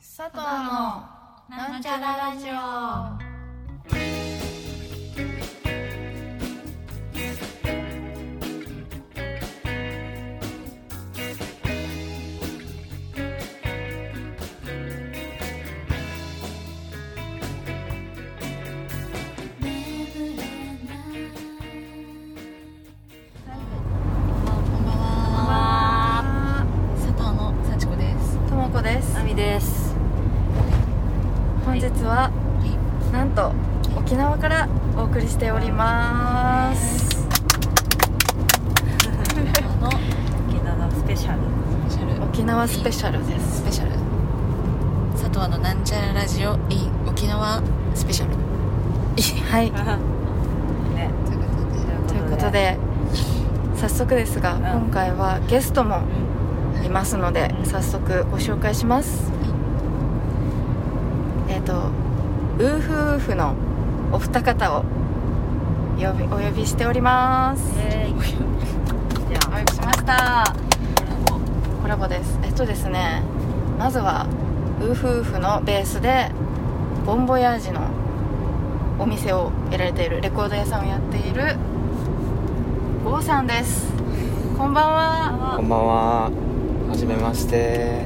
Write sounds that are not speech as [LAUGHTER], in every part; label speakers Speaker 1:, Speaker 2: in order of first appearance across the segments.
Speaker 1: 佐藤のなんちゃらラジオ
Speaker 2: 佐藤の幸子です。
Speaker 1: ともこです
Speaker 3: みです
Speaker 1: 本日は、なんと沖縄からお送りしております
Speaker 2: あの
Speaker 3: 沖縄スペシャル
Speaker 2: スペシャル
Speaker 1: 沖縄スペシャルです
Speaker 2: スペシャル。佐藤のなんちゃらラジオ in 沖縄スペシャル [LAUGHS]
Speaker 1: はい
Speaker 3: ね
Speaker 2: ということで。
Speaker 1: ということで早速ですが、
Speaker 3: ん
Speaker 1: 今回はゲストもいますので早速ご紹介します、えっ、とウーフーフのお二方を呼びお呼びしております
Speaker 3: えーじゃ
Speaker 1: お呼びしましたコラボですえっとですねまずはウーフーフのベースでボンボヤージのお店をやられているレコード屋さんをやっているゴーさんですこんばんは
Speaker 3: あ
Speaker 4: こんばんは。はじめまして。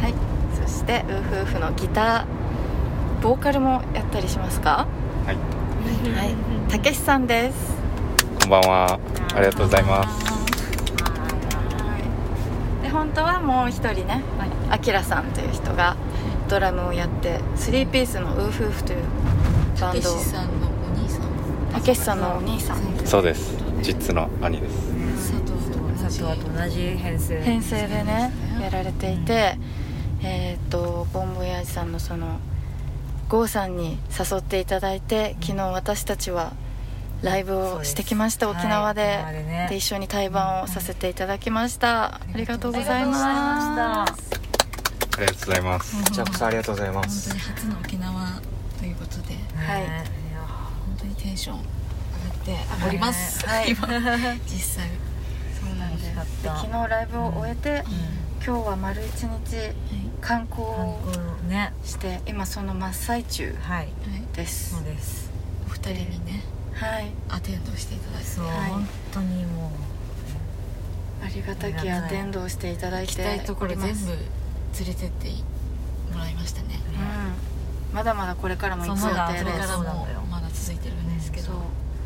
Speaker 1: はいそしてウーフーフのギターボーカルもやったりしますか
Speaker 5: はい、
Speaker 1: はいたけしさんです
Speaker 5: こんばんは。ありがとうございます。
Speaker 1: で本当はもう一人ねあきらさんという人がドラムをやってスリーピースのウーフーフという
Speaker 2: た
Speaker 1: バ
Speaker 2: け
Speaker 1: ン
Speaker 2: し
Speaker 1: ドを
Speaker 2: さんのお兄さん。
Speaker 1: たけしさんのお兄さん
Speaker 5: そうです。実の兄です。
Speaker 2: 佐藤と同
Speaker 3: 佐
Speaker 2: じ。
Speaker 3: 藤と同じ編成
Speaker 1: 編成でね
Speaker 2: そうですね
Speaker 1: やられていて、えっとボンボヤージさんのその郷さんに誘っていただいて昨日私たちはライブをしてきました
Speaker 3: そうで
Speaker 1: 沖
Speaker 3: す
Speaker 1: 縄で,、
Speaker 3: はい沖縄でね
Speaker 1: 一緒に対バンをさせていただきました、ありがとうございま
Speaker 3: ありがとうございまし
Speaker 1: す
Speaker 5: ありがとうございます。
Speaker 4: こちらこそありがとうございま
Speaker 2: 本当
Speaker 4: す
Speaker 2: に。初の沖縄ということで。
Speaker 1: はい
Speaker 3: ね
Speaker 2: 本当にテンション上がって上がります、今実際そうなん
Speaker 3: いや楽し
Speaker 1: で
Speaker 3: かった
Speaker 1: 昨日ライブを終えて、
Speaker 3: う
Speaker 1: 今日は丸一日観光
Speaker 3: ん
Speaker 1: を
Speaker 3: 観光ね
Speaker 1: して今その真っ最中
Speaker 3: はい
Speaker 1: です
Speaker 3: そうです
Speaker 2: お二人にね
Speaker 1: はい
Speaker 2: アテンドしていただいて
Speaker 3: そう、
Speaker 1: はい
Speaker 3: 本当にも
Speaker 1: ありがたきアテンドをしていただい
Speaker 2: 行
Speaker 1: て
Speaker 2: きたいところ全部連れてってもらいましたね
Speaker 3: う、
Speaker 1: うん、まだまだこれからも行く
Speaker 3: そ
Speaker 1: 予
Speaker 3: うまだ
Speaker 1: 定
Speaker 2: こ
Speaker 3: こ
Speaker 2: れ
Speaker 3: れ
Speaker 1: で
Speaker 2: か
Speaker 3: からら
Speaker 2: も
Speaker 3: も
Speaker 2: まだ続いてるんですけ
Speaker 1: す
Speaker 2: ど、
Speaker 1: そう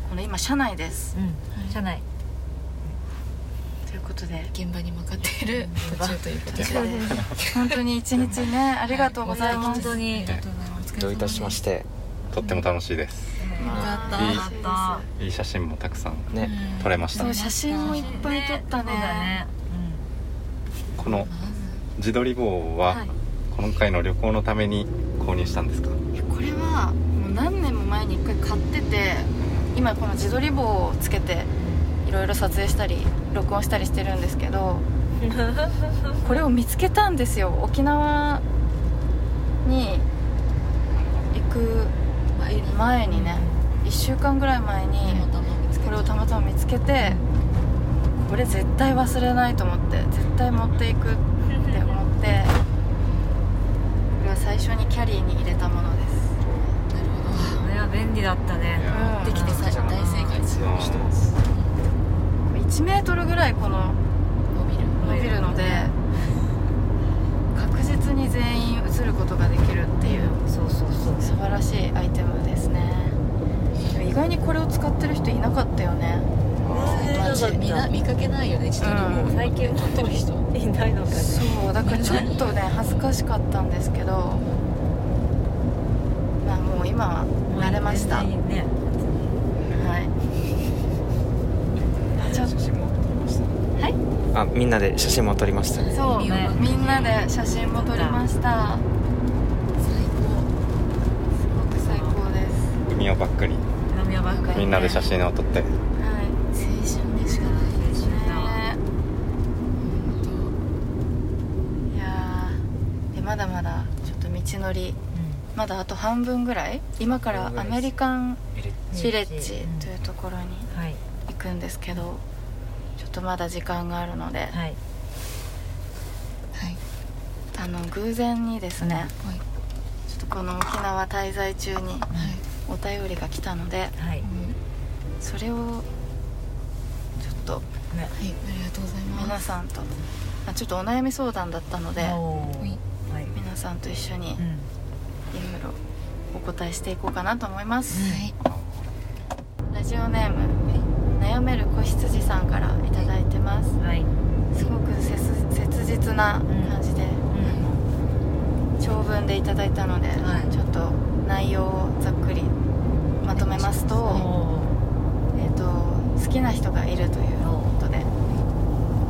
Speaker 1: この今車内です
Speaker 3: うん、車内
Speaker 1: ということで
Speaker 2: 現場に向かっている途中ということで
Speaker 1: そうです本当に一日ねありがとうございます、
Speaker 3: 本当に
Speaker 2: ありがとうございますお疲れ様です
Speaker 4: どういたしまして。
Speaker 5: とっても楽しいです。
Speaker 2: よかった
Speaker 5: いい
Speaker 2: うん
Speaker 3: あ
Speaker 5: いい写真もたくさん
Speaker 4: ね。
Speaker 5: 撮れまし
Speaker 1: そ
Speaker 5: た
Speaker 1: う。写真もいっぱい撮ったね
Speaker 3: そうだね、うん
Speaker 5: この自撮り棒
Speaker 1: は
Speaker 5: はい今回の旅行のために購入したんですか。
Speaker 1: いやこれはもう何年も前に一回買ってて今この自撮り棒をつけていろいろ撮影したり録音したりしてるんですけどこれを見つけたんですよ沖縄に行く前にね1週間ぐらい前にこれをたまたま見つけてこれ絶対忘れないと思って絶対持っていくって思ってこれは最初にキャリーに入れたものです
Speaker 2: なるほど
Speaker 3: これは便利だったね
Speaker 5: いや
Speaker 2: できてさ大正解です
Speaker 4: 活用してます。
Speaker 1: 1メートルぐらいこの
Speaker 2: 伸びる
Speaker 1: 伸びるので確実に全員映ることができるっていう
Speaker 3: そうそうそう
Speaker 1: 素晴らしいアイテムですねでも意外にこれを使ってる人いなかったよね
Speaker 2: マジで見な見かけないよね自撮り
Speaker 1: う
Speaker 2: 棒
Speaker 1: ん
Speaker 3: 最近
Speaker 2: 撮ってる人
Speaker 3: いないのかね
Speaker 1: そうだからちょっとね [LAUGHS] 恥ずかしかったんですけどまあもう今は慣れましたは
Speaker 3: 全然
Speaker 1: [LAUGHS]
Speaker 3: ね
Speaker 1: いちょっと
Speaker 4: 写真も撮りました。
Speaker 1: はい
Speaker 4: あ、みんなで写真も撮りました。
Speaker 1: そう
Speaker 3: ね
Speaker 1: みんなで写真も撮りました
Speaker 2: 最高
Speaker 1: すごく最高です
Speaker 5: 海をバックに
Speaker 3: 南はバッグ
Speaker 5: みんなで写真を撮って。
Speaker 1: はい
Speaker 2: 青春でしかないですね
Speaker 1: ね
Speaker 2: 本
Speaker 1: いやーでまだまだちょっと道のりまだあと半分ぐらい今からアメリカン
Speaker 4: ビレッジ
Speaker 1: ビレッジというところに
Speaker 3: はい
Speaker 1: 行くんですけどちょっととまだ時間があるので、
Speaker 3: はい
Speaker 2: はい
Speaker 1: あの偶然にですね
Speaker 2: はい
Speaker 1: ちょっとこの沖縄滞在中に
Speaker 2: はい
Speaker 1: お便りが来たので
Speaker 3: はい、
Speaker 2: うん
Speaker 1: それをちょっと
Speaker 2: は
Speaker 3: ね
Speaker 2: いありがとうございます
Speaker 1: 皆さんと、まあ、ちょっとお悩み相談だったので
Speaker 3: おー
Speaker 2: はい
Speaker 3: はい
Speaker 1: 皆さんと一緒にいろ
Speaker 3: うん
Speaker 1: いろお答えしていこうかなと思います、
Speaker 2: はい
Speaker 1: ラジオネーム悩める子羊さんからいただいてます
Speaker 3: はい
Speaker 1: すごく切切実な感じで、
Speaker 3: うん
Speaker 1: 長文でいただいたので、
Speaker 3: はい
Speaker 1: ちょっと内容をざっくりまとめますと,、
Speaker 3: お
Speaker 1: えー、と好きな人がいるということで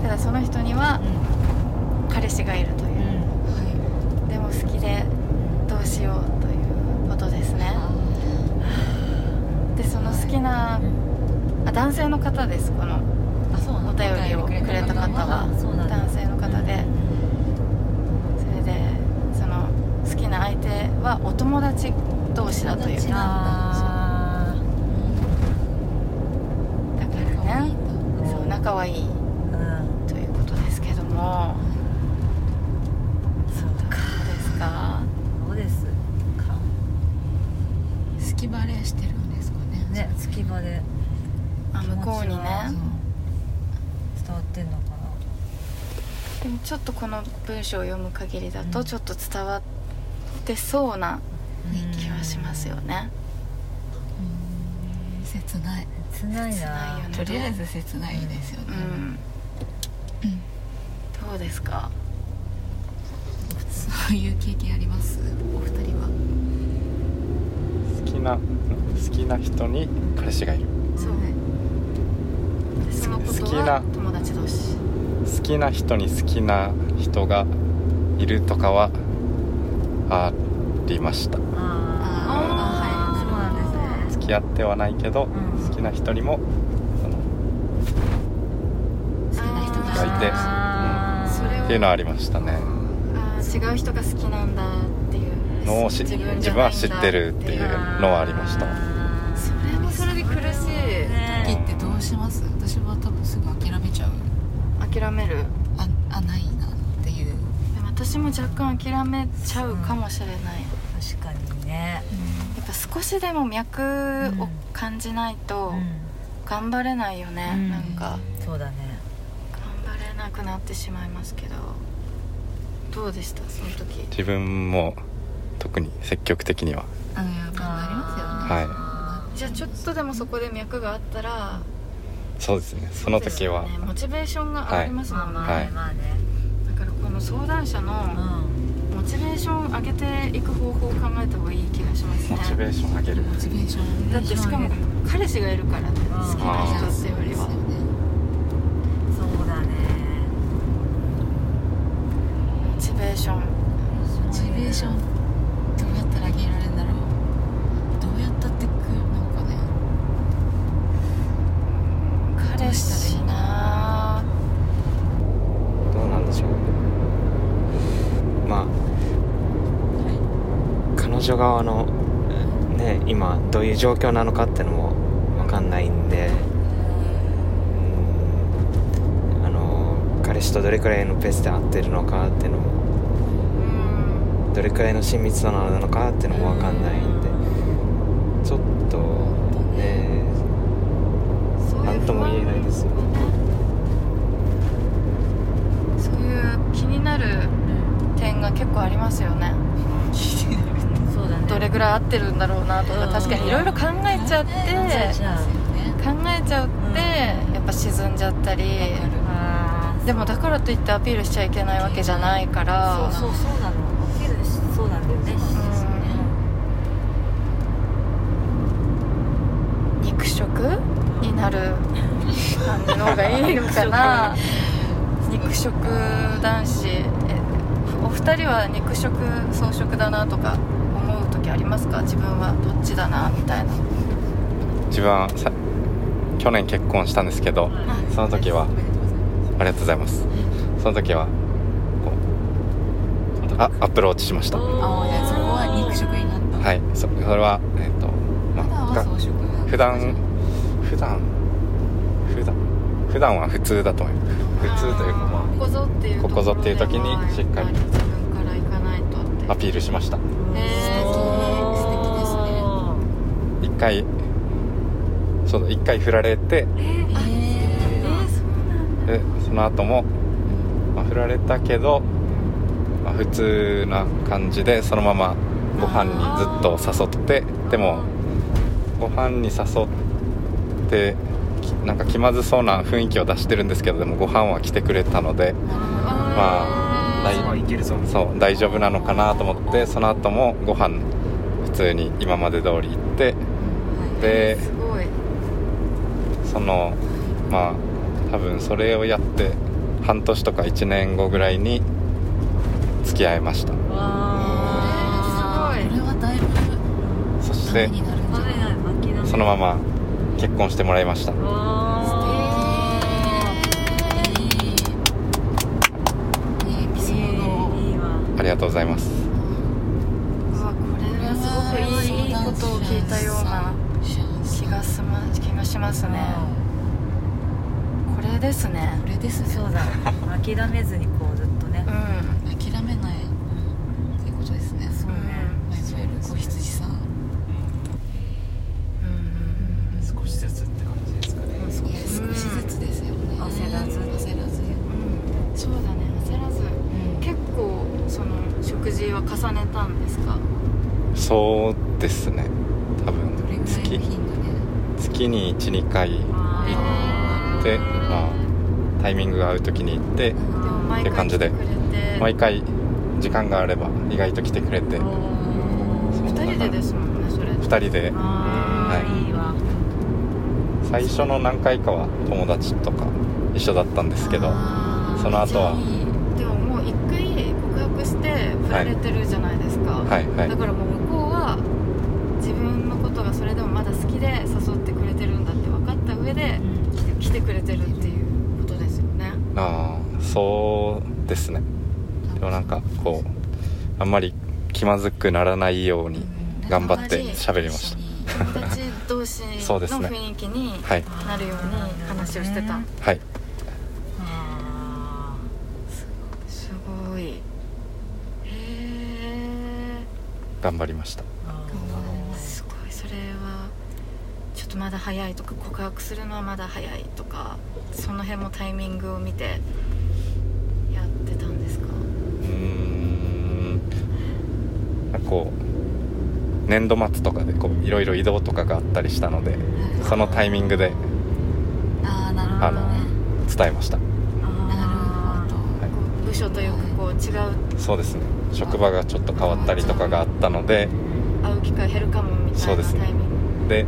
Speaker 1: ただその人には
Speaker 3: ー
Speaker 1: 彼氏がいるというう、
Speaker 3: ん
Speaker 2: はい
Speaker 1: でも好きでどうしようということですねでその好きなあ男性の方ですこの
Speaker 2: あそうな
Speaker 1: お
Speaker 2: の
Speaker 1: 便りをくれた方は
Speaker 3: あそうなんだ
Speaker 1: 男性の方でそれでその好きな相手はお友達同士だという
Speaker 2: 友達
Speaker 1: だか
Speaker 3: あ
Speaker 1: らねそう仲はいい
Speaker 3: ーうん
Speaker 1: ということですけども
Speaker 3: そう
Speaker 1: ど
Speaker 3: か
Speaker 1: うですか
Speaker 3: そうですか
Speaker 2: 好きバレーしてるんですかね
Speaker 3: ね隙間で
Speaker 1: あ向こうにね
Speaker 3: 気持ちは伝わってんのか
Speaker 1: でもちょっとこの文章を読む限りだ
Speaker 3: う
Speaker 1: と
Speaker 3: ん
Speaker 1: ちょっと伝わってそうな
Speaker 3: な
Speaker 2: ね
Speaker 1: 気はしますよね
Speaker 2: うん切ない
Speaker 3: つない
Speaker 1: 切な
Speaker 3: ない
Speaker 1: よね
Speaker 2: とりあえず切ないですよ
Speaker 1: う
Speaker 2: ね
Speaker 1: ん
Speaker 2: うん
Speaker 1: どうですか
Speaker 2: そういう経験ありますお二人は
Speaker 5: 好きな好きな人に彼氏がいる
Speaker 1: そうでそのこと
Speaker 5: 好き
Speaker 1: は
Speaker 5: な
Speaker 1: 友達同士
Speaker 5: 好きな人に好きな人がいるとかはありました
Speaker 3: あー
Speaker 1: あー
Speaker 3: あーそうなんですね
Speaker 5: 付き合ってはないけど、
Speaker 3: うん
Speaker 5: 好きな人にもその
Speaker 1: 好きな人
Speaker 5: がいて
Speaker 3: あー
Speaker 1: それを
Speaker 5: っていうのはありましたね
Speaker 1: ああ違う人が好きなんだっていう
Speaker 5: のをし
Speaker 1: じゃないんだ
Speaker 5: 自分は知ってるっていうのはありました
Speaker 3: あー
Speaker 1: それもそれで苦し
Speaker 2: 時
Speaker 3: ね
Speaker 2: ってどうします私は多分すぐ諦めちゃう
Speaker 1: い諦める
Speaker 2: ああないなっていう
Speaker 1: でも私も若干諦めちゃうかもしれない、
Speaker 3: 確かにね
Speaker 1: やっぱ少しでも脈を感じないと頑張れないよね、
Speaker 3: うん
Speaker 1: なんか
Speaker 3: うんそうだね
Speaker 1: 頑張れなくなってしまいますけどどうでしたその時
Speaker 5: 自分も特に積極的には
Speaker 2: あのやっぱなりますよね
Speaker 3: は
Speaker 1: じゃあちょっとでもそこで脈があったら
Speaker 5: そうですねその時は、
Speaker 1: そうですよねモチベーションが上がりますも
Speaker 3: まあ
Speaker 1: んね、
Speaker 3: まあねまあね
Speaker 1: だからこの相談者
Speaker 3: う
Speaker 1: の
Speaker 3: ん
Speaker 1: モチベーションを上げていく方法を考えた方がいい気がしますね
Speaker 5: モチベーション上げる
Speaker 2: モチベーション
Speaker 1: だってしかも彼氏がいるからね好きな人ってよりは
Speaker 3: そうだね
Speaker 1: モチベーション
Speaker 2: モチベーションどうやったら上げられるんだろうどうやったってくなんかね
Speaker 1: 彼氏な
Speaker 4: どうなんでしょうまあ彼女側のね今どういう状況なのかってのも分かんないんでうんあの彼氏とどれくらいのペースで会ってるのかっていうのも
Speaker 1: うん
Speaker 4: どれくらいの親密度なのかっていうのも分かんないんでちょっとね
Speaker 1: そういう
Speaker 4: なんとも言えないですよ
Speaker 1: そういう気になる点が結構ありますよね
Speaker 3: うんそうだね
Speaker 1: どれぐらい合ってるんだろうなとか
Speaker 3: うん
Speaker 1: 確かにいろいろ考えちゃっ
Speaker 3: じゃあ
Speaker 1: て
Speaker 3: じゃ
Speaker 1: 考えちゃってやっぱ沈んじゃったり
Speaker 3: ああー
Speaker 1: でもだからといってアピールしちゃいけないわけじゃないか
Speaker 3: そう
Speaker 1: ら
Speaker 3: そうそうなのお昼そうなんだよね
Speaker 1: 肉食になる感じの方がいいのかな肉食男子えお二人は肉食草食だなとか思う時ありますか自分はどっちだなみたいな
Speaker 5: 自分はさ去年結婚したんですけどその時はありがとうございますその時はこうあアプローチしましたは
Speaker 2: ああいやそこは肉食になった
Speaker 5: いそそれはえっ、と
Speaker 2: 普段
Speaker 5: まあ
Speaker 2: は
Speaker 5: が
Speaker 2: 草食
Speaker 5: 普段普段普段普段は普通だと思います普通というかま
Speaker 1: ここぞっていうとろで
Speaker 5: ここぞっていう時にしっかり
Speaker 1: はい自分から行かないとって
Speaker 5: あアピールしました
Speaker 1: えー
Speaker 3: 素
Speaker 5: 一回そうだ一回振られて
Speaker 3: 敵ですねえー、そうなんだ
Speaker 5: でその後も、まあ、振られたけど、まあ、普通な感じでそのままご飯にずっと誘ってでもご飯に誘ってきなんか気まずそうな雰囲気を出してるんですけどでもご飯は来てくれたのでまあ大
Speaker 4: いけるぞ
Speaker 5: そう大丈夫なのかなと思ってその後もご飯普通に今まで通り行ってで
Speaker 1: えーすごい
Speaker 5: そのまあ多分それをやって半年とか1年後ぐらいに付き合いました
Speaker 1: わー
Speaker 2: これはだいぶ
Speaker 5: そした
Speaker 2: め
Speaker 5: て
Speaker 2: になるんじゃない
Speaker 5: そのまま結婚してもらいました
Speaker 2: いいエピソード
Speaker 5: ありがとうございます
Speaker 1: うわこれはすごくいいことを聞いたような
Speaker 2: 幸せ
Speaker 1: 気がすま気がしますねこれですね
Speaker 2: これですね
Speaker 3: そうだ諦めずにこうずっとね
Speaker 1: うんう
Speaker 2: 諦めないっていうことですね
Speaker 3: そうね
Speaker 1: ん
Speaker 2: まあいわゆる子羊さん
Speaker 1: うん
Speaker 4: 少しずつって感じですかね
Speaker 2: いや少しずつですよね
Speaker 3: 焦らず
Speaker 2: 焦らず
Speaker 1: うんそうだね焦らず結構その食事は重ねたんですか
Speaker 5: そうですね多
Speaker 2: どれ
Speaker 5: 分
Speaker 2: ぐらい
Speaker 5: 月
Speaker 2: の頻度で
Speaker 5: 月に12回行ってまあタイミングが合う時に行って
Speaker 1: でも毎
Speaker 5: って感
Speaker 1: 回来て
Speaker 5: じで
Speaker 1: くれて
Speaker 5: 毎回時間があれば意外と来てくれて
Speaker 1: 2人でですもんねそれ
Speaker 5: 2人で
Speaker 3: あ
Speaker 5: はい
Speaker 3: ーいいわ
Speaker 5: 最初の何回かは友達とか一緒だったんですけどその後は
Speaker 1: でももう1回告白して振られてるじゃないですか、
Speaker 5: はいはい
Speaker 1: だからもう向こうは自分のことがそれでもまだ好きで誘ってくれてるんだって分かった上で来て来てくれてるっていうことですよね
Speaker 5: ああそうですねでもなんかこうあんまり気まずくならないように頑張って喋りました
Speaker 1: 友達同士の
Speaker 5: [LAUGHS] そうですね
Speaker 1: 雰囲気に
Speaker 5: はい
Speaker 1: なるように話をしてた、
Speaker 5: はい
Speaker 3: あ
Speaker 1: すごいへえ
Speaker 5: 頑張りました
Speaker 3: ーあ
Speaker 1: すごいそれはちょっとまだ早いとか告白するのはまだ早いとかその辺もタイミングを見てやってたんですか
Speaker 5: うーんなんかこう年度末とかでこういろいろ移動とかがあったりしたのでそのタイミングで
Speaker 2: ああなる
Speaker 5: あの伝えました
Speaker 2: ほどなるほど
Speaker 1: こう部署というかこう違う
Speaker 5: そうですね職場がちょっと変わったりとかがあったので
Speaker 1: 会う機会減るかもみた
Speaker 5: そう
Speaker 1: い
Speaker 5: で
Speaker 1: な
Speaker 5: すね
Speaker 1: タイミング
Speaker 5: で
Speaker 1: いやー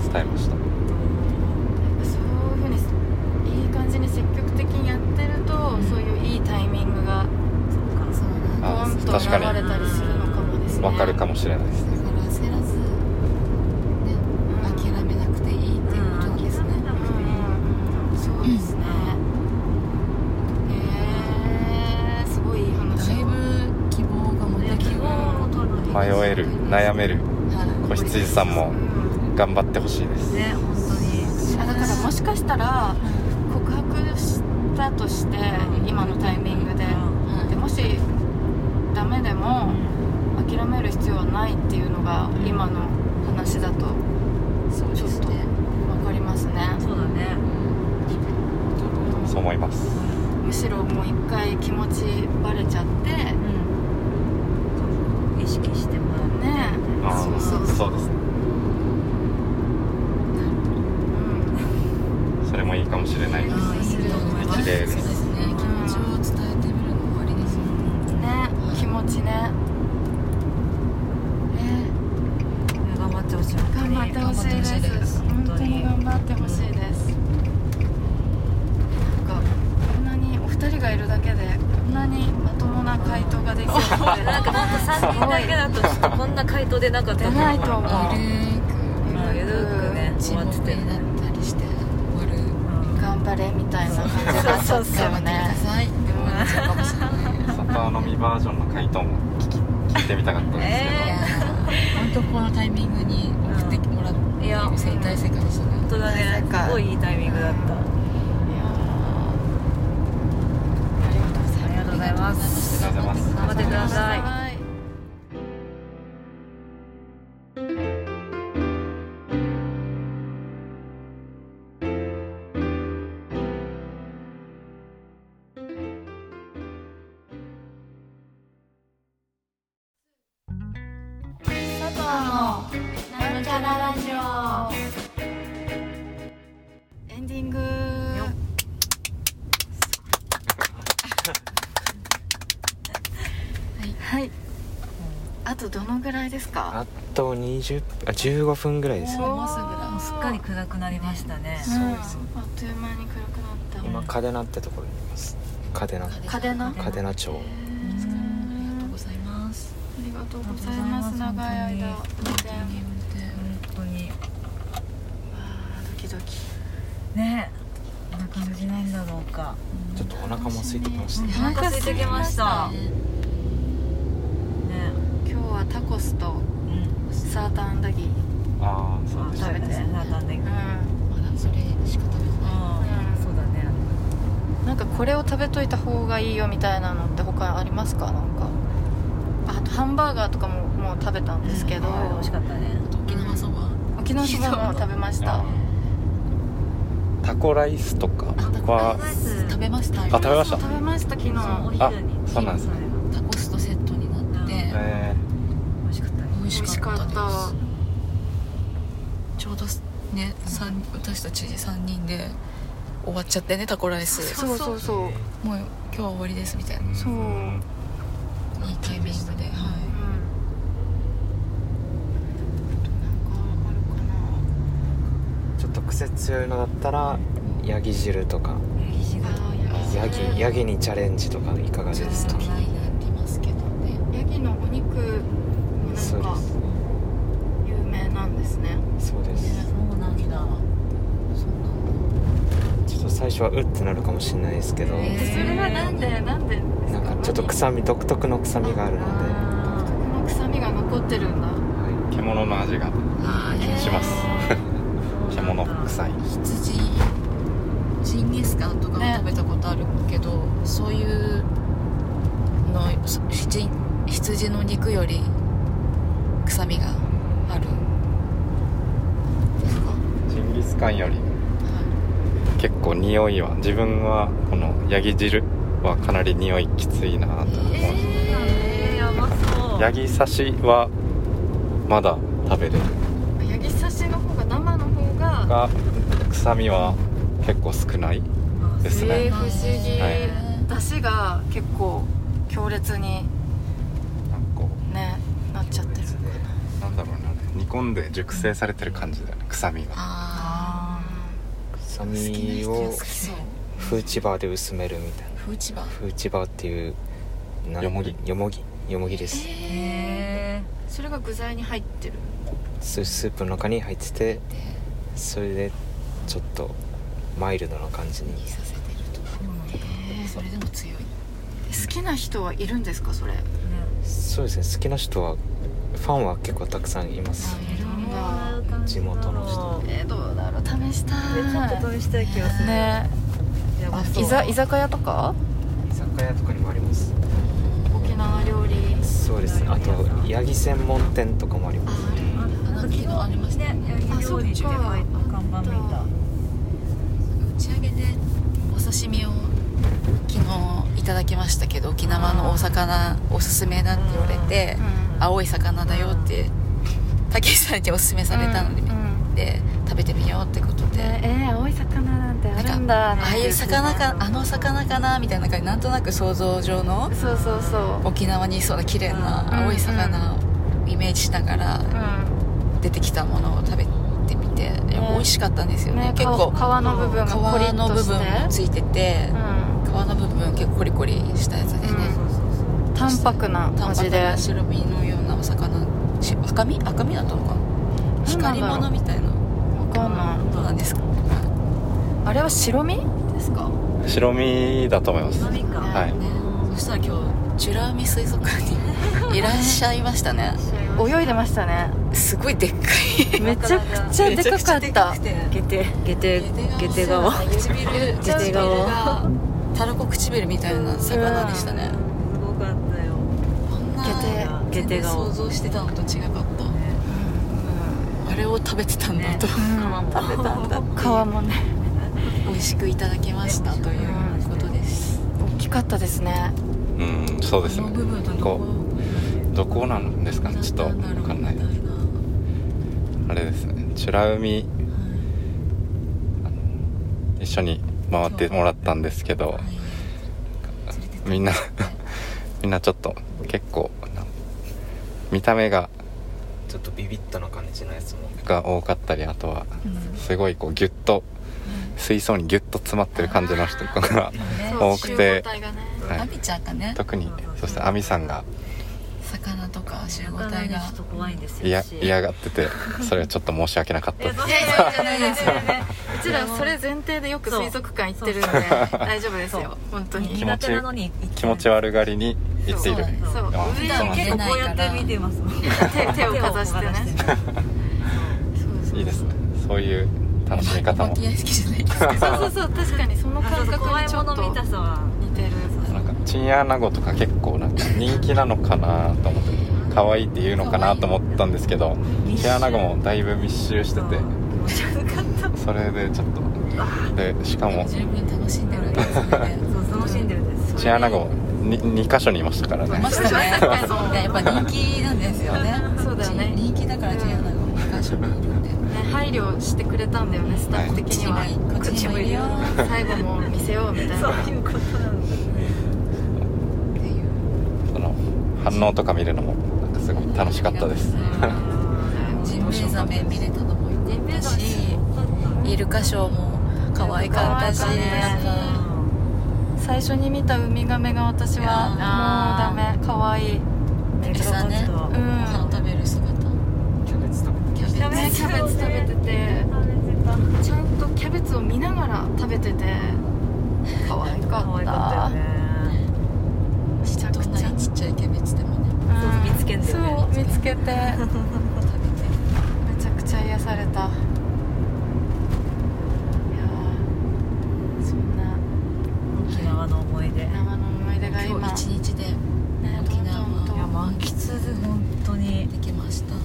Speaker 5: 伝えました
Speaker 1: やっぱそういうふうにいい感じに積極的にやってると、そういういいタイミングが
Speaker 2: そうなんだ
Speaker 1: ポ
Speaker 5: あ
Speaker 1: ンと
Speaker 5: 確かに
Speaker 1: 流れたりするのかもですね
Speaker 5: わかるかもしれないですね
Speaker 2: だから焦らずね
Speaker 1: うん
Speaker 2: 諦めなくていいっていうことです
Speaker 1: う
Speaker 2: ね
Speaker 1: んそうですねへえすごいいい話
Speaker 2: だいぶ希望が持てき
Speaker 5: 迷える悩める
Speaker 2: は
Speaker 5: 子羊さんも頑張ってほしいです
Speaker 3: ね本当に
Speaker 1: あだからもしかしたら告白したとして今のタイミングででもしダメでも諦める必要はないっていうのが今の話だと
Speaker 2: いそうですね
Speaker 1: 分かりますね
Speaker 3: そうだね
Speaker 5: そう思います
Speaker 1: むしろもう一回気持ちバレちゃってね
Speaker 3: 意識してもらう
Speaker 5: あー
Speaker 1: そうそうそう
Speaker 5: ですね
Speaker 1: うん
Speaker 5: それもいいかもしれないです
Speaker 2: ああいいと思います
Speaker 5: 綺麗です
Speaker 2: そうですね気持ちを伝えてみるのもありですよね
Speaker 1: ね気持ちねね
Speaker 3: 頑張ってほしい
Speaker 1: 頑張ってほしいです本当に頑張ってほしいですなんかこんなにお二人がいるだけでこんなにまともな回答ができるって
Speaker 3: [LAUGHS] なんか本当3人だけだとちょっとこんな回答出なかった
Speaker 1: 出ないと思う
Speaker 2: ゆる
Speaker 3: まあゆるくね
Speaker 2: ーく
Speaker 3: 終
Speaker 2: 沈
Speaker 3: わって
Speaker 2: 黙
Speaker 3: て
Speaker 2: になったりして終わる
Speaker 1: 頑張れみたいな感じが
Speaker 3: そう
Speaker 1: っ
Speaker 3: そう
Speaker 1: たよ
Speaker 2: 頑張ってくだ
Speaker 1: ね
Speaker 2: さいって思っちゃうかもしれないい
Speaker 5: サパー飲みバージョンの回答も聞き聞いてみたかったんですけど、
Speaker 2: やー本当このタイミングに送ってもらって
Speaker 3: いや
Speaker 2: 生態世界でしたね
Speaker 3: 本当だねすごいいいタイミングだった
Speaker 1: いや
Speaker 3: ださい
Speaker 1: はい佐藤のなんちゃらラジオエンディングはいあとどのぐらいですか
Speaker 4: あと20あ15分ぐらいですね
Speaker 2: もうすぐだ
Speaker 3: もうすっかり暗くなりましたね
Speaker 4: そうですね
Speaker 1: んあっという間に暗くなった
Speaker 4: 今嘉手納ってところにいます嘉手納
Speaker 1: 嘉手納
Speaker 4: 嘉手納
Speaker 2: あ
Speaker 4: 町
Speaker 2: りがとうございます
Speaker 1: ありがとうございます長い間運転
Speaker 2: ゲームで
Speaker 3: 本当に
Speaker 1: あードキドキ
Speaker 3: ねどんな感じなんだろうか
Speaker 4: ちょっとお腹も空いてきました
Speaker 3: お
Speaker 4: ね
Speaker 1: ん
Speaker 3: 腹空いてきましたね
Speaker 1: 今日はタコスと
Speaker 3: うん
Speaker 1: サーターアンダギー
Speaker 4: ああそう
Speaker 3: あ
Speaker 4: です
Speaker 3: 食べてサーターアンダギ
Speaker 1: う
Speaker 3: ー
Speaker 2: まだそれしか食べてない
Speaker 3: うんそうだね
Speaker 1: んなんかこれを食べといた方がいいよみたいなのって他ありますかなんかあとハンバーガーとかももう食べたんですけど、
Speaker 3: 美味しかったね
Speaker 2: 沖縄そば
Speaker 1: 沖縄そばも食べました
Speaker 5: タコライスとかは
Speaker 2: 食べました
Speaker 5: あ食べまし
Speaker 1: そ
Speaker 5: た
Speaker 1: う食べました昨日
Speaker 3: そうお
Speaker 5: あ
Speaker 3: 昼に
Speaker 5: そうなんですね
Speaker 2: タコスとセットになって
Speaker 3: う
Speaker 5: え
Speaker 3: 美味しかったね
Speaker 2: 美味
Speaker 1: 美味し
Speaker 2: し
Speaker 1: か
Speaker 2: か
Speaker 1: っ
Speaker 2: ったたですちょうどね三私たち3人で終わっちゃってねタコライス
Speaker 1: そうそうそう
Speaker 2: もう今日は終わりですみたいな
Speaker 1: そう、うん、
Speaker 2: いいタイミングではい
Speaker 4: ちょっと癖強いのだったらヤギ汁とかヤ
Speaker 1: ヤギ
Speaker 4: ギヤギにチャレンジとかいかが
Speaker 2: ちょっ
Speaker 4: です
Speaker 2: と
Speaker 4: か
Speaker 2: 気になってますけどね
Speaker 1: ヤギのお肉もな
Speaker 4: そ
Speaker 1: ん
Speaker 4: うで
Speaker 1: か
Speaker 4: す
Speaker 1: 有名なんですね
Speaker 4: そうです
Speaker 3: そうなんだ
Speaker 4: ちょっと最初はうってなるかもしれないですけど
Speaker 3: え
Speaker 1: えそれはなんでなんでです
Speaker 4: なんかちょっと臭み独特の臭みがあるので、
Speaker 1: 独特の臭みが残ってるんだ
Speaker 5: ー獣の味が
Speaker 2: あー
Speaker 5: します
Speaker 1: えー
Speaker 5: 獣臭い
Speaker 2: 羊ジンギスカンとか
Speaker 1: ね
Speaker 2: も食べたことあるけど、そういうのそ羊羊の肉より臭みがあるですか
Speaker 5: ジンギスカンより結構匂いは自分はこのヤギ汁はかなり匂いきついなと思う、
Speaker 3: えーやばそう
Speaker 5: ヤギ刺しはまだ食べれる
Speaker 1: ヤギ刺しの方が生の方が
Speaker 5: が臭みは結構少ないですね、
Speaker 1: えー不思議、
Speaker 5: はい
Speaker 1: 出汁が結構強烈に
Speaker 5: なんかこ
Speaker 1: ねなっちゃってる
Speaker 5: うなんだろうな煮込んで熟成されてる感じだよね臭みが
Speaker 2: あ
Speaker 4: 臭
Speaker 2: ー好きな
Speaker 4: み
Speaker 2: 人は
Speaker 4: を
Speaker 2: 好きそう
Speaker 4: フーチバーで薄めるみたいな
Speaker 2: フーチバー
Speaker 4: フーチバーっていうな
Speaker 5: よもぎ
Speaker 4: よもぎよもぎです
Speaker 3: え
Speaker 1: それが具材に入ってる
Speaker 4: ススープの中に入っててそれでちょっとマイルドな感じに
Speaker 2: にさせてるとえーそれでも強い
Speaker 1: 好きな人はいるんですかそれ
Speaker 3: ーね
Speaker 4: そうですね好きな人はファンは結構たくさんいます
Speaker 2: あいるん
Speaker 1: だ
Speaker 4: 地元の人
Speaker 1: えー、どうだろう試した
Speaker 3: え
Speaker 1: い
Speaker 3: ちょっと試したい気がする
Speaker 1: ね
Speaker 3: やばそう
Speaker 1: 居ざ居酒屋とか
Speaker 4: 居酒屋とかにもあります
Speaker 1: 沖縄料理
Speaker 4: そうですねあとヤギ専門店とかもあります
Speaker 3: あなんか昨日ありましたねヤギ料理って書いた看板見た
Speaker 2: 打ち上げでお刺身を昨日いただきましたけど沖縄のお魚おすすめだって言われて
Speaker 1: うん
Speaker 2: 青い魚だよってたけしさんにおすすめされたので,、
Speaker 1: うん
Speaker 2: で食べてみようってことで、
Speaker 1: えー、青い魚なんてあるんだ
Speaker 2: ああいう魚かあの魚かなみたいな感じなんとなく想像上の
Speaker 1: そうそうそう
Speaker 2: 沖縄にいそうな綺麗
Speaker 1: うん
Speaker 2: な青い魚をイメージしなが
Speaker 1: う
Speaker 2: ら出てきたものを食べてみて、いや美味しかったんですよ
Speaker 1: ん
Speaker 2: ね
Speaker 1: ね
Speaker 2: 結構
Speaker 1: 皮皮の部分がコリ
Speaker 2: 皮
Speaker 1: ッ
Speaker 2: の
Speaker 1: と
Speaker 2: 部
Speaker 1: して
Speaker 2: 分もついてて、
Speaker 1: うん
Speaker 2: 皮の部分結構コリコリしたやつですね、
Speaker 1: うん淡白な
Speaker 2: 淡
Speaker 1: 味
Speaker 2: 白
Speaker 1: で
Speaker 2: な白身のようなお魚し赤身赤身だったのかな
Speaker 1: 何なんだろう
Speaker 2: 光り物みたいな
Speaker 1: 分かんな
Speaker 2: どうなんですか
Speaker 1: いあれは白身ですか
Speaker 5: 白身だと思います
Speaker 3: 飲みか
Speaker 5: はい
Speaker 2: ねそしたら今日美ら海水族館
Speaker 1: [LAUGHS]
Speaker 2: にいらっしゃいましたね
Speaker 1: 泳いでましたね
Speaker 2: すごいでっか
Speaker 1: めちゃくちゃ
Speaker 2: い
Speaker 1: でかかっ
Speaker 2: めち
Speaker 1: た
Speaker 2: ゃくちゃでかくて
Speaker 3: 下手下手下手顔
Speaker 2: 唇
Speaker 3: 手
Speaker 2: 唇
Speaker 3: 顔
Speaker 2: がたらこ唇みたいな魚でしたね
Speaker 3: すごかったよ
Speaker 2: 本
Speaker 1: 定
Speaker 2: 全然想像してたのと違かった、あれを食べてたんだと、
Speaker 1: うん
Speaker 2: 食べたんだ
Speaker 1: 皮もね
Speaker 2: 美味しくいただけましたということです
Speaker 1: 大きかったですね
Speaker 5: うんそうです
Speaker 2: この
Speaker 5: ね
Speaker 2: 部分と
Speaker 5: こうどこなんですか
Speaker 2: 何
Speaker 5: ねちょっと
Speaker 2: なんだろう
Speaker 5: 分かんない
Speaker 2: みたいな
Speaker 5: あれですね美ら海一緒に回ってもらったんですけど
Speaker 2: はい
Speaker 5: みんなみんなちょっと結構な見た目が
Speaker 4: ちょっとビビッとな感じのやつも
Speaker 5: が多かったりあとはすごいこうギュッと水槽にギュッと詰まってる感じの人とかが多く
Speaker 1: 集合体
Speaker 5: て
Speaker 1: がね
Speaker 5: はい
Speaker 2: アミちゃんがね
Speaker 5: 特にそして亜美さんが
Speaker 2: 魚とか集合体が
Speaker 3: ちょっと怖いんですよ
Speaker 5: いや
Speaker 3: 私
Speaker 5: 嫌がっててそれはちょっと申し訳なかった
Speaker 3: え
Speaker 5: で
Speaker 3: そ
Speaker 5: す
Speaker 3: うそうじゃないですよね
Speaker 1: うちらそれ前提でよく水族館行ってるので大丈夫ですよ本当に
Speaker 5: 気
Speaker 3: 苦
Speaker 5: 持ち
Speaker 3: 手なのに行っちゃう
Speaker 5: 気持ち悪がりに言っている
Speaker 2: そう
Speaker 1: そう
Speaker 3: そう
Speaker 5: あ
Speaker 1: 上
Speaker 5: そうなんです
Speaker 3: 結
Speaker 5: ね
Speaker 3: 構こうやって見てますもん
Speaker 1: 手手をかざしてねそうそう
Speaker 5: いいですねそういう楽しみ方も
Speaker 2: お化け屋敷じゃないですか
Speaker 1: そうそうそう確かにその感
Speaker 3: 感
Speaker 1: 覚
Speaker 3: 覚怖
Speaker 1: に
Speaker 3: い
Speaker 1: ちょ
Speaker 3: も
Speaker 1: っ
Speaker 3: の見
Speaker 1: と
Speaker 3: たさは
Speaker 1: 似てる
Speaker 5: なんかチンアナゴとか結構なんか人気なのかなと思って可愛いって言うのかなと思ったんですけどチンアナゴもだいぶ密集してて
Speaker 3: 気持ち悪かっ
Speaker 5: それでちょっとでしかも
Speaker 2: 十分楽しんでるんですよね
Speaker 3: たそう楽しんでるんです
Speaker 5: チンアナゴに2箇所にいましたから
Speaker 2: い
Speaker 5: ね
Speaker 2: ましたねそうやっぱ人気なんですよね
Speaker 1: そうだよね
Speaker 2: 人気だからチェアナゴ2カ所にいるんで
Speaker 1: ね配慮してくれたんだよねスタッフ的には、
Speaker 2: こっちもいるよ
Speaker 1: 最後も見せようみたいな
Speaker 3: そういうことなんだ
Speaker 2: っていう
Speaker 5: その反応とか見るのもなんかすごい楽しかったです
Speaker 2: ジンベエザメ見れたのもよかったしイルカショーも可愛かったし
Speaker 1: 可愛かったね最初に見たウミガメが私はもうダ
Speaker 2: あー
Speaker 1: メ可愛いい
Speaker 2: 餌ね
Speaker 1: う
Speaker 2: ご
Speaker 1: ん
Speaker 2: 飯食べる姿
Speaker 4: キャベツ食べ
Speaker 2: キャベ
Speaker 1: ね
Speaker 2: ツ
Speaker 1: キャベツ食べててちゃんとキャベツを見ながら食べてて可愛か
Speaker 3: 可
Speaker 1: っ
Speaker 3: 愛
Speaker 1: た
Speaker 3: かったよね
Speaker 1: めちゃ
Speaker 2: ど
Speaker 1: く
Speaker 2: ん
Speaker 1: ち
Speaker 2: な
Speaker 1: ゃ
Speaker 2: にちっちゃいキャベツでもね
Speaker 1: うん
Speaker 3: 見つけてね
Speaker 1: そう見つ
Speaker 3: [LAUGHS]
Speaker 1: けてめ
Speaker 2: 食べて
Speaker 1: ちゃくちゃ癒されたいやーそんな
Speaker 3: 沖縄の思い出
Speaker 1: 生の思い出が
Speaker 2: 今
Speaker 1: 今
Speaker 2: 日一日で
Speaker 1: ね
Speaker 2: 沖縄
Speaker 1: どんどんどん
Speaker 3: いや満喫で本当に
Speaker 2: できました
Speaker 3: 本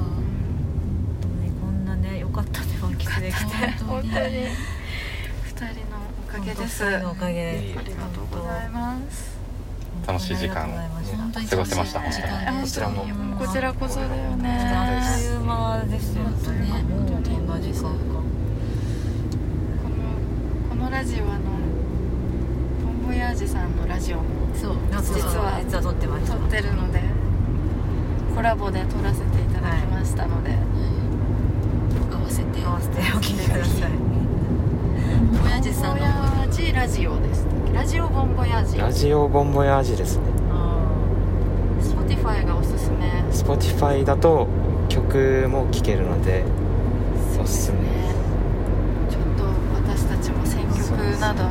Speaker 3: 当にこんなね良かったね満喫できて
Speaker 1: 本
Speaker 2: 本
Speaker 1: 当に
Speaker 2: 当
Speaker 1: 2
Speaker 2: に
Speaker 1: 人のおかげ
Speaker 3: 本当
Speaker 1: で
Speaker 3: 二
Speaker 1: す
Speaker 3: 人のお
Speaker 1: あ
Speaker 3: かげで
Speaker 4: いえいえ
Speaker 1: りがとうございます
Speaker 5: 楽しい時間を
Speaker 3: 本当にありがとうございました
Speaker 2: 本当に
Speaker 5: 過ごせま
Speaker 2: 楽
Speaker 5: した
Speaker 2: しい時間で
Speaker 4: こ
Speaker 2: し
Speaker 4: ち
Speaker 2: た
Speaker 4: らも
Speaker 1: こちらこそだよ
Speaker 3: あ
Speaker 1: ね
Speaker 3: っという間ですよ
Speaker 2: 本当ね
Speaker 3: もうこんな時間か
Speaker 1: このこのラジオあのボンボヤージさんのラジオも
Speaker 2: そう
Speaker 1: 実は
Speaker 3: 実は撮ってまし
Speaker 1: 撮
Speaker 3: た
Speaker 1: ってるのでコラボで撮らせていただきましたので、
Speaker 2: 合わせて
Speaker 3: 合わせてお聞きください
Speaker 2: 親父
Speaker 1: ボ
Speaker 2: さ
Speaker 1: ン
Speaker 2: ん
Speaker 1: ボ
Speaker 2: の
Speaker 1: ヤージラジオですラジオボンボヤージ
Speaker 4: ラジオボンボヤージですね
Speaker 3: あ
Speaker 1: Spotify がおすすめ
Speaker 4: Spotify だと曲も聴けるのでおすすめ
Speaker 1: ねちょっと私たちも選曲など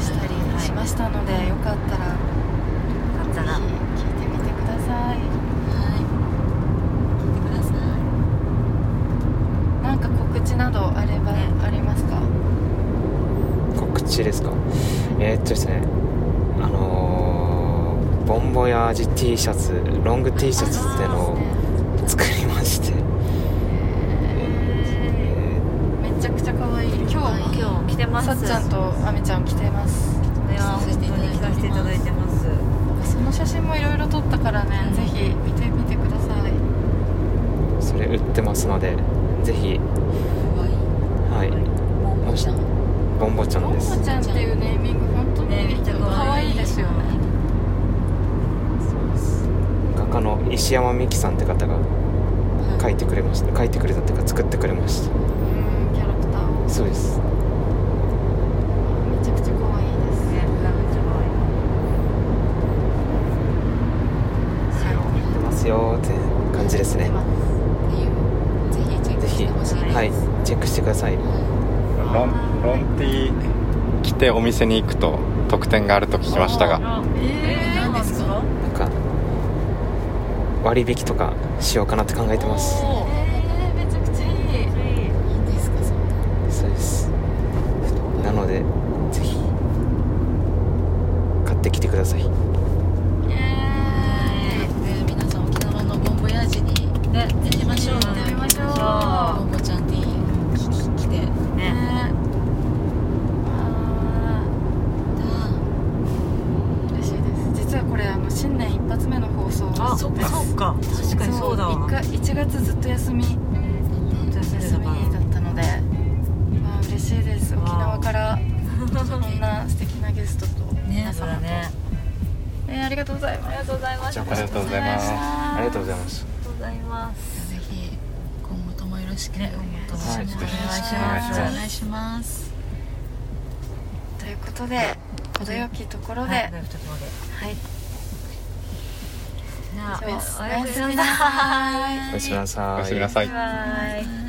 Speaker 1: したりしましたので、よかったら
Speaker 3: ーよかった
Speaker 1: ぜ
Speaker 3: な
Speaker 1: ひ聞いてみてください
Speaker 2: はい聞いてください
Speaker 1: なんか告知などあればありますか、
Speaker 4: 告知ですかえー、っとですねあのーボンボヤージ T シャツロング T シャツってのを作りましてえ
Speaker 1: めちゃくちゃ可愛い今日も
Speaker 2: はい
Speaker 3: 今日来てます
Speaker 1: さっちゃんとあめちゃん来てます
Speaker 3: いや本当に聞かせていただいてます
Speaker 1: その写真もいろいろ撮ったからね、
Speaker 2: うん
Speaker 1: ぜひ見てみてください
Speaker 4: ーそれ売ってますのでぜひ
Speaker 2: 可愛い
Speaker 4: はい
Speaker 2: もうもちゃん
Speaker 4: ボンボちゃ
Speaker 1: ボ
Speaker 4: ん
Speaker 1: ン
Speaker 4: で
Speaker 1: ボ
Speaker 4: す
Speaker 1: ちゃんっていうネーミング本当
Speaker 3: ねめっ
Speaker 1: に
Speaker 3: ちゃ
Speaker 1: 可
Speaker 3: 可
Speaker 1: 愛
Speaker 3: 愛
Speaker 1: い
Speaker 3: い
Speaker 1: ですよね
Speaker 4: 画家の石山美希さんって方が書いてくれました書いてくれたっていうか作ってくれました
Speaker 1: うんキャラクターを
Speaker 4: そうです
Speaker 1: めちゃくちゃ可愛いです
Speaker 3: ねめっちゃ可愛い
Speaker 4: 売ってますよーって感じですね
Speaker 2: っていうぜひチェックしてほしいです
Speaker 4: はいチェックしてください
Speaker 5: ロンロンティー着てお店に行くと特典があると聞きましたが
Speaker 1: え
Speaker 2: 何ですか
Speaker 4: なんか割引とかしようかなって考えてます
Speaker 1: ー、えー、めちゃくちゃいい
Speaker 2: いいんですかそれ
Speaker 4: そうですなのでぜひ買ってきてください
Speaker 1: え
Speaker 2: ねね行ってみましょう
Speaker 3: 行ってみましょう
Speaker 2: ももちゃんに聞き来て
Speaker 1: ね
Speaker 2: だ
Speaker 3: ね
Speaker 1: あー嬉しいです実はこれあの新年一発目の放送
Speaker 3: あそっかそうか確かにそうだわ
Speaker 1: 1, 月ずっと休み休みだったのでまあ嬉しいです
Speaker 3: わあ
Speaker 1: 沖縄からこんな素敵なゲストと皆
Speaker 3: そ
Speaker 1: 様
Speaker 3: だ
Speaker 1: と、
Speaker 3: ね
Speaker 1: ねありがとうございます
Speaker 3: ありがとうございます
Speaker 4: じゃあ
Speaker 5: ありがとうございます
Speaker 4: ありがとうございます
Speaker 3: ありがとうございます
Speaker 2: ぜひ今後ともよろしくね今後とも
Speaker 4: はい
Speaker 2: お願いし
Speaker 5: お願いし
Speaker 2: ますお願いし
Speaker 5: ます
Speaker 2: ます
Speaker 1: ということで程よきところで、
Speaker 3: はい
Speaker 1: はい
Speaker 3: ということでじゃあ
Speaker 1: おやす
Speaker 3: お
Speaker 1: お
Speaker 3: や
Speaker 1: や
Speaker 3: す
Speaker 1: す
Speaker 3: み
Speaker 1: み
Speaker 3: な
Speaker 1: な
Speaker 3: さい
Speaker 1: さ
Speaker 4: お
Speaker 1: い
Speaker 4: や
Speaker 5: おや
Speaker 4: すみなさい
Speaker 5: すみなさい
Speaker 3: バイバイ
Speaker 2: はい